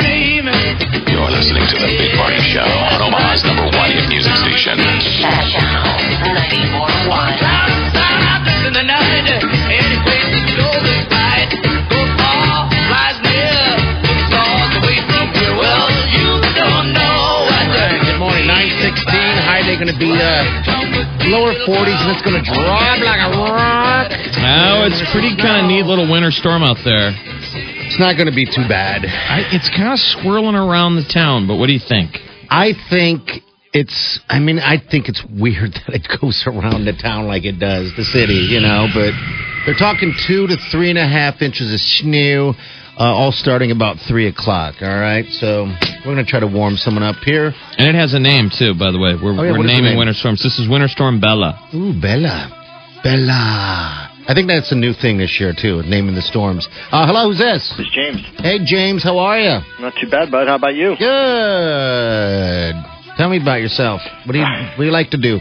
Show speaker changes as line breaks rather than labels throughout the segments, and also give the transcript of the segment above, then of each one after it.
You're listening to The Big Party Show on Omaha's number one hit music station.
Good morning, 916. High they going to be uh, lower 40s, and it's going to drop like a rock.
Oh, it's pretty kind of neat little winter storm out there.
It's not going to be too bad.
I, it's kind of swirling around the town, but what do you think?
I think it's. I mean, I think it's weird that it goes around the town like it does the city, you know. But they're talking two to three and a half inches of snow, uh, all starting about three o'clock. All right, so we're going to try to warm someone up here.
And it has a name too, by the way. We're,
Oh, yeah, what
we're
is the name?
naming winter storms. This is Winter Storm Bella.
Ooh, Bella, Bella. I think that's a new thing this year too, naming the storms. Uh, hello, who's this?
It's James.
Hey, James, how are you?
Not too bad, bud. How about you?
Good. Tell me about yourself. What do you What do you like to do?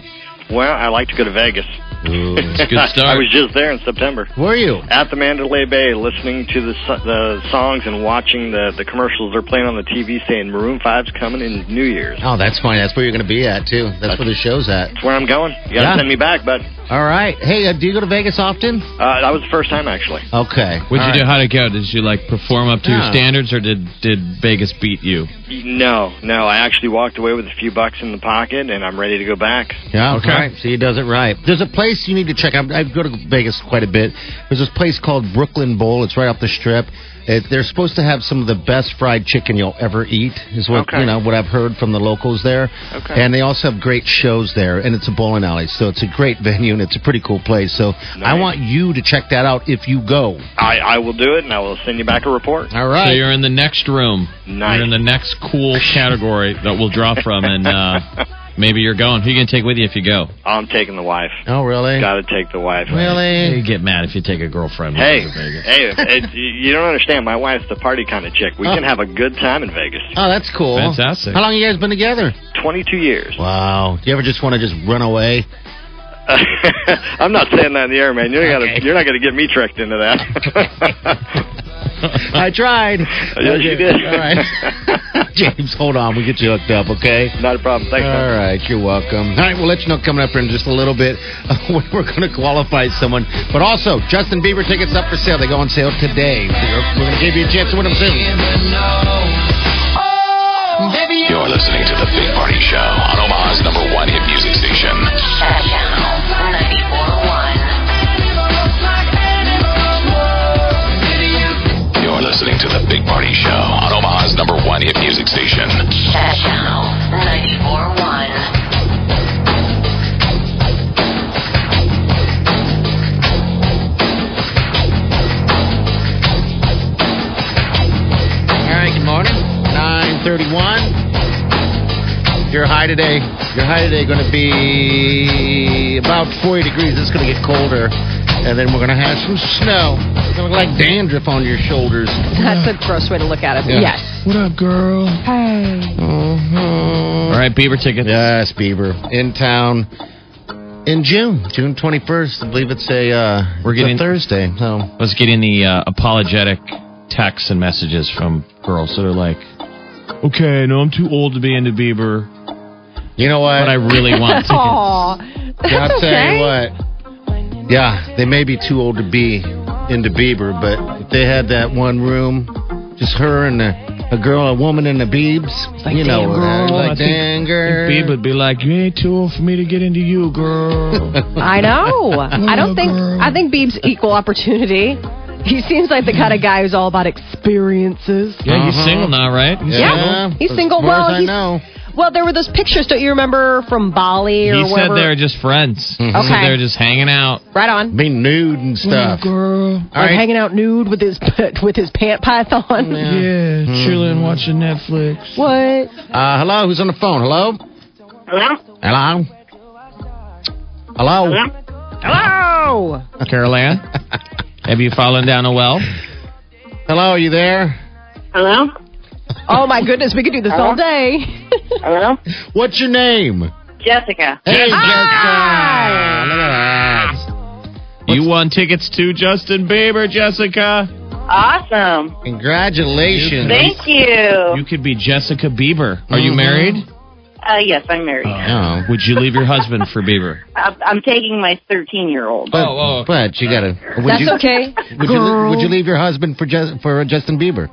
Well, I like to go to Vegas.
Ooh.
Good start.
I was just there in September.
Where are you?
At the Mandalay Bay, listening to the, so- the songs and watching the, the commercials they're playing on the TV saying Maroon 5's coming in New Year's.
Oh, that's fine. That's where you're going to be at too. That's where the show's at.
That's where I'm going. You
Yeah.
gotta send me back, bud.
All right. Hey, uh, do you go to Vegas often?
Uh, that was the first time, actually.
Okay.
What'd
All
you
right.
do? How'd it go? Did you like perform up to your
Yeah.
standards, or did did Vegas beat you?
No, no. I actually walked away with a few bucks in the pocket, and I'm ready to go back.
Yeah.
Okay.
Okay. All right. So he does it right. There's a place you need to check. out. I go to Vegas quite a bit. There's this place called Brooklyn Bowl. It's right off the Strip. It, they're supposed to have some of the best fried chicken you'll ever eat. Is what
Okay.
you know what I've heard from the locals there.
Okay.
And they also have great shows there. And it's a bowling alley, so it's a great venue and it's a pretty cool place. So I
Nice.
want you to check that out if you go.
I, I will do it, and I will send you back a report.
All
So
right.
you're in the next room.
Nice.
You're in the next cool category that we'll draw from, and uh, maybe you're going. Who you gonna take with you if you go?
I'm taking the wife.
oh really?
Gotta take the wife.
Really?
You get mad if you take a girlfriend. with
Hey,
you to Vegas.
hey, it, you don't understand. My wife's the party kind of chick. We can have a good time in Vegas.
Oh, that's cool.
Fantastic.
How long you guys been together?
22 years.
Wow. Do you ever just want to just run away?
I'm not saying that in the air, man. You're,
Okay.
gonna, you're not going to get me tricked into that.
I tried.
yes, you did.
All right. James, hold on. We'll get you hooked up, okay?
not a problem. Thanks, man.
All right, you're welcome. All right, we'll let you know coming up here in just a little bit uh, when we're going to qualify someone. But also, Justin Bieber tickets up for sale. They go on sale today. We're going to give you a chance to win them soon.
You're listening to The Big Party Show on Omaha's number one hit music station. You're listening to The Big Party Show on Omaha's number one hit music station.
All right, good morning. 931. Your high today, your high today going to be about 40 degrees. It's going to get colder. And then we're going to have some snow. It's going to look like dandruff on your shoulders.
That's a gross way to look at it. But
Yeah.
Yes.
What up, girl?
Hey.
All right, Bieber tickets.
Yes, Bieber. In town in June, June 21st. I believe it's a, uh,
We're
it's a
getting-
Thursday. So
was getting the uh, apologetic texts and messages from girls that are like, "Okay, I know I'm too old to be into Bieber,
You know what?
but I really want tickets."
Aw. That's
Yeah, I'll tell
okay.
you what. Yeah, they may be too old to be into Bieber, but if they had that one room, just her and a, a girl, a woman, and the Biebs,
like,
you know,
"Damn, girl, I
like
think-
dang
And
girl.
Bieber would be like, "You ain't too old for me to get into you, girl."
I know. I don't think I think Beeb's equal opportunity. He seems like the kind of guy who's all about experiences.
yeah, he's
Uh-huh.
single now, right? He's
Yeah, he's
as
single.
far
Well,
as I
he's-
know.
Well, there were those pictures, don't you remember, from Bali or
He said
wherever?
they were just friends. He said
Okay.
they were just hanging out.
right on.
Being nude and stuff.
girl.
All
like
right. Mm.
hanging out nude with his with his pant python.
Yeah, chilling, watching Netflix.
What?
Uh, hello, who's on the phone? Hello?
Hello?
Hello? Hello?
Hello.
Caroline. Have you fallen down a well?
Hello, are you there?
Hello?
Oh my goodness, we could do this all day.
Hello?
What's your name?
Jessica.
Hey, Jessica. Look at that.
you won tickets to Justin Bieber, Jessica.
Awesome.
Congratulations.
Thank
You
you.
could be Jessica Bieber. Are you
Mhm.
married?
Uh, yes, I'm married.
No.
Would you leave your husband for Bieber?
I'm, I'm taking my 13 year old.
But,
oh, okay.
but you gotta. Would
That's
you,
okay.
Would you, li- would you leave your husband for Jus- for uh, Justin Bieber?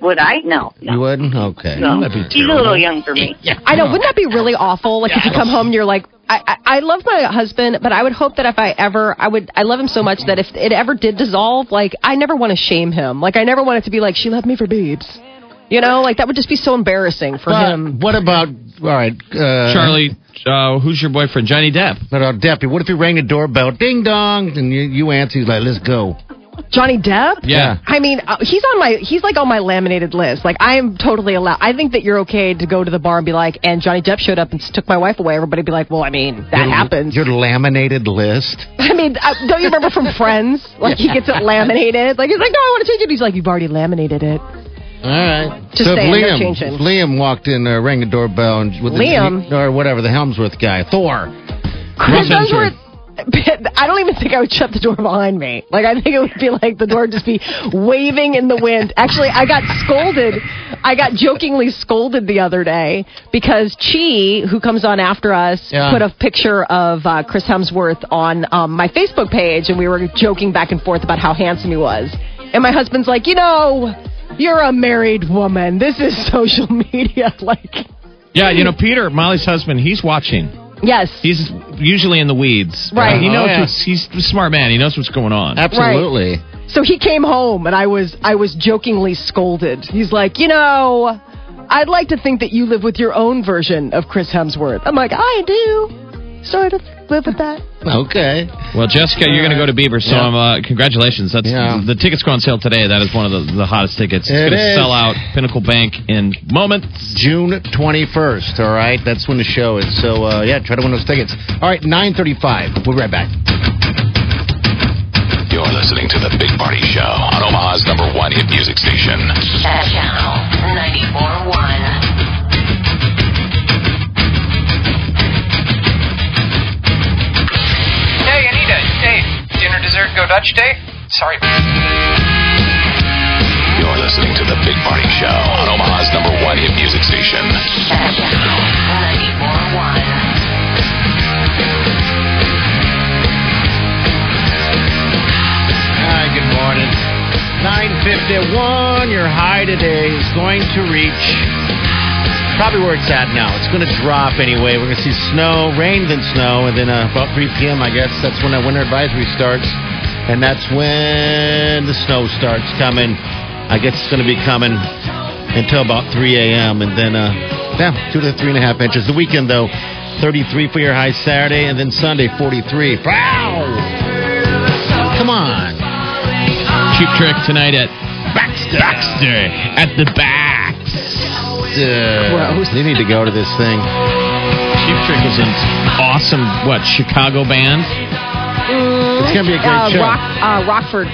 Would I? No. No.
You wouldn't. Okay.
no.
That'd be
He's a
terrible.
little young for me.
I know. Wouldn't that be really awful? Like if you come home and you're like, I, I, I love my husband, but I would hope that if I ever, I would, I love him so much that if it ever did dissolve, like I never want to shame him. Like I never want it to be like she left me for Biebs. You know, like that would just be so embarrassing for
But
him.
what about all right, uh,
Charlie, uh, who's your boyfriend? Johnny Depp.
What about Deppy? What if he rang the doorbell, ding dong, and you, you answer? He's like, "Let's go."
Johnny Depp.
Yeah.
I mean, uh, he's on my he's like on my laminated list. Like I am totally allowed. I think that you're okay to go to the bar and be like, and Johnny Depp showed up and s- took my wife away. Everybody'd be like, well, I mean, that happens.
Your laminated list.
I mean, uh, don't you remember from Friends? Like he gets it laminated. Like he's like, no, I want to change it. He's like, you've already laminated it.
All right.
Just
so if
saying, no
Liam,
changing.
if Liam walked in, uh, rang the doorbell, and with
Liam?
the, or whatever the Helmsworth guy, Thor.
Chris
Hemsworth.
Hemsworth. I don't even think I would shut the door behind me. Like I think it would be like the door would just be waving in the wind. Actually, I got scolded. I got jokingly scolded the other day because Chi, who comes on after us,
Yeah.
put a picture of uh, Chris Hemsworth on um, my Facebook page, and we were joking back and forth about how handsome he was. And my husband's like, you know, you're a married woman. This is social media. like,
Yeah, you know, Peter, Molly's husband, he's watching.
yes,
He's usually in the weeds.
Right.
He
Oh,
knows
yeah.
what's, he's a smart man. He knows what's going on.
Absolutely.
So he came home and I was I was jokingly scolded. He's like, "You know, I'd like to think that you live with your own version of Chris Hemsworth." I'm like, "I do. Sort of live with that."
Okay.
Well, Jessica, you're going to go to Bieber, so
Yeah.
um, uh, congratulations. That's
Yeah.
the tickets go on sale today. That is one of the, the hottest tickets. It's
It
going to
is.
sell out Pinnacle Bank in moments.
June 21st, all right? That's when the show is. So, uh, yeah, try to win those tickets. All right, 935. We'll be right back.
You're listening to the Big Party Show on Omaha's number one hit music station.
Channel 94.1.
Hey, Anita. Hey, dinner, dessert, go Dutch date? Sorry.
You're listening to the Big Party Show on Omaha's number one hit music station.
Channel 94.1.
All right, good morning. 951, your high today is going to reach probably where it's at now. It's going to drop anyway. We're going to see snow, rain, then snow, and then uh, about 3 p.m., I guess, that's when that winter advisory starts. And that's when the snow starts coming. I guess it's going to be coming until about 3 a.m. And then, uh, yeah, two to three and a half inches. The weekend, though, 33 for your high Saturday, and then Sunday, 43. Wow! Come on.
Cheap Trick tonight at Baxter. Baxter at the Bax.
Gross. You need to go to this thing.
Cheap Trick is an awesome, what, Chicago band?
It's gonna be a great
uh,
show.
Rock, uh, Rockford.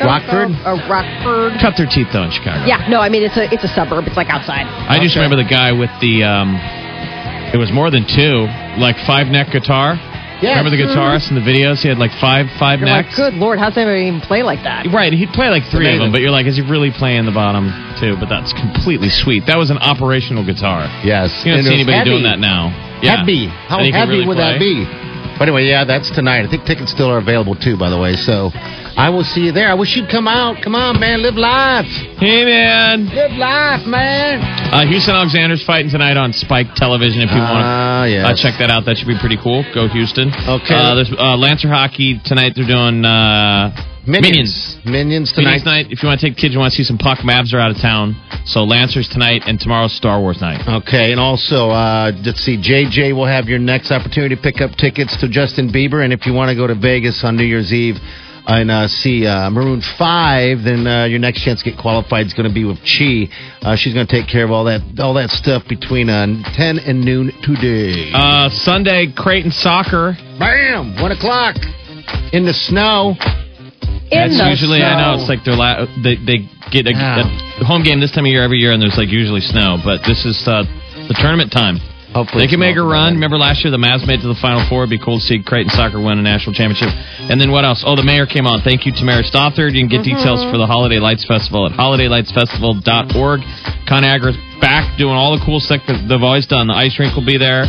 Rockford?
Uh, Rockford.
Cut their teeth, though, in Chicago.
Yeah, no, I mean it's a it's a suburb. It's like outside.
I just remember the guy with the, um, it was more than two, like five neck guitar.
Yes.
Remember the guitarist in the videos? He had like five five
You're like,
necks.
"Good lord, how's anybody even play like that?"
Right, he'd play like three of
amazing.
them, but you're like, is he really playing the bottom two? But that's completely sweet. That was an operational guitar.
Yes.
You
And
don't see
it was
anybody doing
heavy.
that now. Yeah.
Heavy. How
That he could
heavy
really
would that
play.
be? But anyway, yeah, that's tonight. I think tickets still are available too, by the way. So I will see you there. I wish you'd come out. Come on, man. Live life.
Hey, man.
Live life, man.
Uh, Houston Alexander's fighting tonight on Spike Television if you want
Ah,
to
yes.
uh, check that out. That should be pretty cool. Go Houston.
Okay.
Uh, there's uh, Lancer Hockey tonight. They're doing uh, Minions.
Minions. Minions
Minions
tonight.
night. If you want to take kids, you want to see some puck. Mavs are out of town, so Lancers tonight and tomorrow's Star Wars night.
Okay, and also, uh, let's see, JJ will have your next opportunity to pick up tickets to Justin Bieber. And if you want to go to Vegas on New Year's Eve and uh, see uh, Maroon 5, then uh, your next chance to get qualified is going to be with Chi. Uh, she's going to take care of all that all that stuff between uh, 10 and noon today.
Uh, Sunday, Creighton soccer.
Bam! 1 o'clock in the snow.
in
That's
the
usually I know
snow.
it's like their la- they they get a, a home game this time of year every year, and there's like usually snow, but this is uh, the tournament time.
Hopefully
they can
snow
make a
can
run. Remember last year the Mavs made it to the Final Four. It'd be cool to see Creighton soccer win a national championship. And then what else? Oh, the mayor came on. Thank you, Tamara Stothard. You can get details for the Holiday Lights Festival at holidaylightsfestival.org. Conagra's back doing all the cool stuff that they've always done. The ice rink will be there.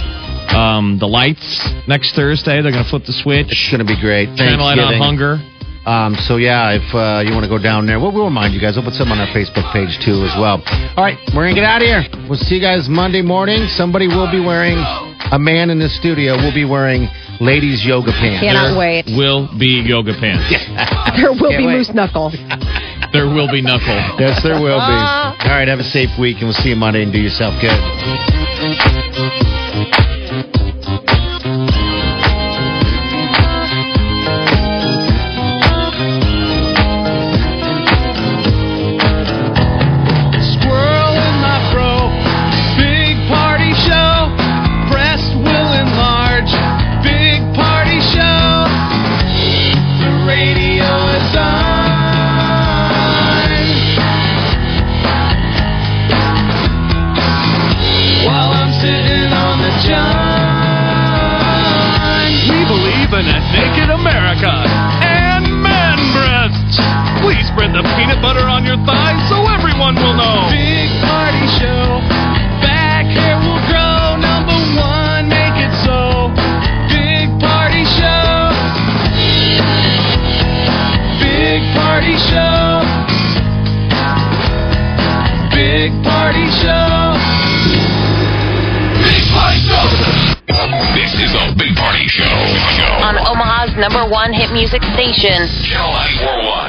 Um, the lights next Thursday. They're going to flip the switch.
It's going to be great.
Channel it on
Thanksgiving.
hunger.
Um, so yeah, if uh, you want to go down there, well, we'll remind you guys. We'll put some on our Facebook page too as well. All right, we're gonna get out of here. We'll see you guys Monday morning. Somebody will be wearing a man in the studio will be wearing ladies yoga pants.
Cannot wait.
Will be yoga pants.
There will
Can't
be
wait.
moose knuckle.
There will be knuckle.
Yes, there will be. All right, have a safe week, and we'll see you Monday. And do yourself good.
Squirrel in my fro. Big party show. Breast will enlarge. Big party show. The radio is on. While I'm sitting on the john. We believe in a naked America and man breasts. Please spread the peanut butter on your thighs so everyone will know. Big party show. Back hair will grow. Number one, make it so. Big party show. Big party show. Big party show.
Big Party Show. This is the Big Party Show. Show.
On Omaha's number one hit music station.
Channel 941.